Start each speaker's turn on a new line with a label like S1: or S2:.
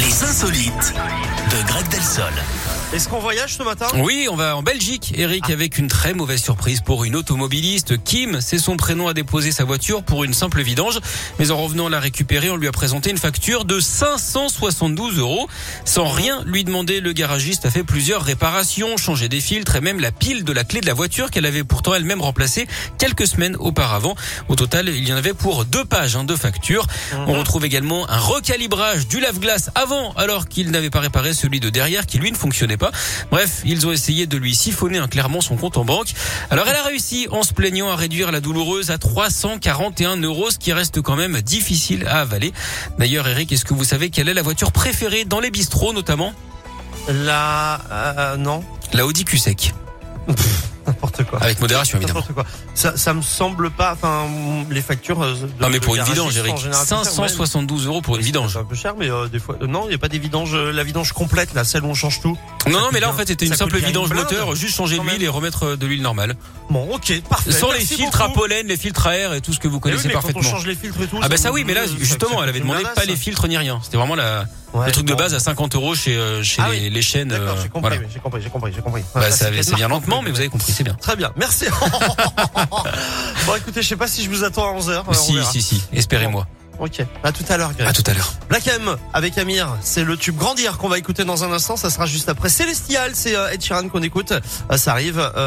S1: insolites de Greg Delsol.
S2: Est-ce qu'on voyage ce matin
S3: Oui, on va en Belgique, Eric, avec une très mauvaise surprise pour une automobiliste. Kim, c'est son prénom, a déposé sa voiture pour une simple vidange. Mais en revenant la récupérer, on lui a présenté une facture de 572 euros. Sans rien lui demander, le garagiste a fait plusieurs réparations, changé des filtres et même la pile de la clé de la voiture qu'elle avait pourtant elle-même remplacée quelques semaines auparavant. Au total, il y en avait pour deux pages hein, de factures.
S2: Mhm.
S3: On retrouve également un recalibrage du lave-glace avant, alors qu'il n'avait pas réparé celui de derrière qui lui ne fonctionnait pas. Bref, ils ont essayé de lui siphonner hein, clairement son compte en banque. Alors elle a réussi en se plaignant à réduire la douloureuse à 341 euros, ce qui reste quand même difficile à avaler. D'ailleurs, Eric, est-ce que vous savez quelle est la voiture préférée dans les bistrots notamment
S2: Là, euh, non,
S3: La Audi Q-Sec.
S2: n'importe quoi.
S3: Avec modération Ah, évidemment.
S2: N'importe quoi. Ça, ça me semble pas. Enfin, les factures. euh, De,
S3: Non mais
S2: de
S3: pour une
S2: garagistes
S3: vidange, Eric.
S2: en général, c'est cher, ouais,
S3: 572 euros pour une
S2: C'est
S3: vidange.
S2: un peu cher, mais euh, des fois. euh, non, il n'y a pas des vidanges. euh, la vidange complète, là, celle où on change tout.
S3: Non, non,
S2: coûte
S3: mais là en
S2: bien.
S3: fait c'était une
S2: Ça
S3: simple
S2: coûte bien une
S3: vidange
S2: blinde.
S3: moteur, juste changer
S2: Quand
S3: l'huile
S2: même.
S3: et remettre euh, de l'huile normale.
S2: Bon, ok, parfait.
S3: Sans les
S2: Merci
S3: filtres à
S2: beaucoup.
S3: pollen, les filtres à air et tout ce que
S2: Eh
S3: vous
S2: oui,
S3: connaissez
S2: mais Quand on
S3: parfaitement.
S2: change les filtres et tout.
S3: Ah bah ça oui, mais là
S2: ça- ça-
S3: justement,
S2: ça
S3: elle avait
S2: coûte une
S3: demandé
S2: blinde,
S3: pas
S2: ça.
S3: les filtres ni rien. C'était vraiment la,
S2: Ouais,
S3: le truc de
S2: bon.
S3: base à 50 euros chez euh, chez
S2: Ah
S3: les,
S2: oui.
S3: les chaînes.
S2: D'accord,
S3: euh,
S2: j'ai compris,
S3: voilà.
S2: oui, j'ai compris, j'ai compris, j'ai compris.
S3: Bah,
S2: Ouais,
S3: ça,
S2: fait
S3: c'est bien
S2: marque.
S3: lentement, mais vous avez compris, c'est bien.
S2: Très bien, merci. bon, écoutez, je sais pas si je vous attends à 11h.
S3: si, si, si, espérez-moi.
S2: Ok, à tout à l'heure, Greg.
S3: À tout à l'heure.
S2: Black M avec Amir, c'est le tube Grandir qu'on va écouter dans un instant. Ça sera juste après Célestial, c'est euh, Ed Sheeran qu'on écoute. Euh, Ça arrive. euh,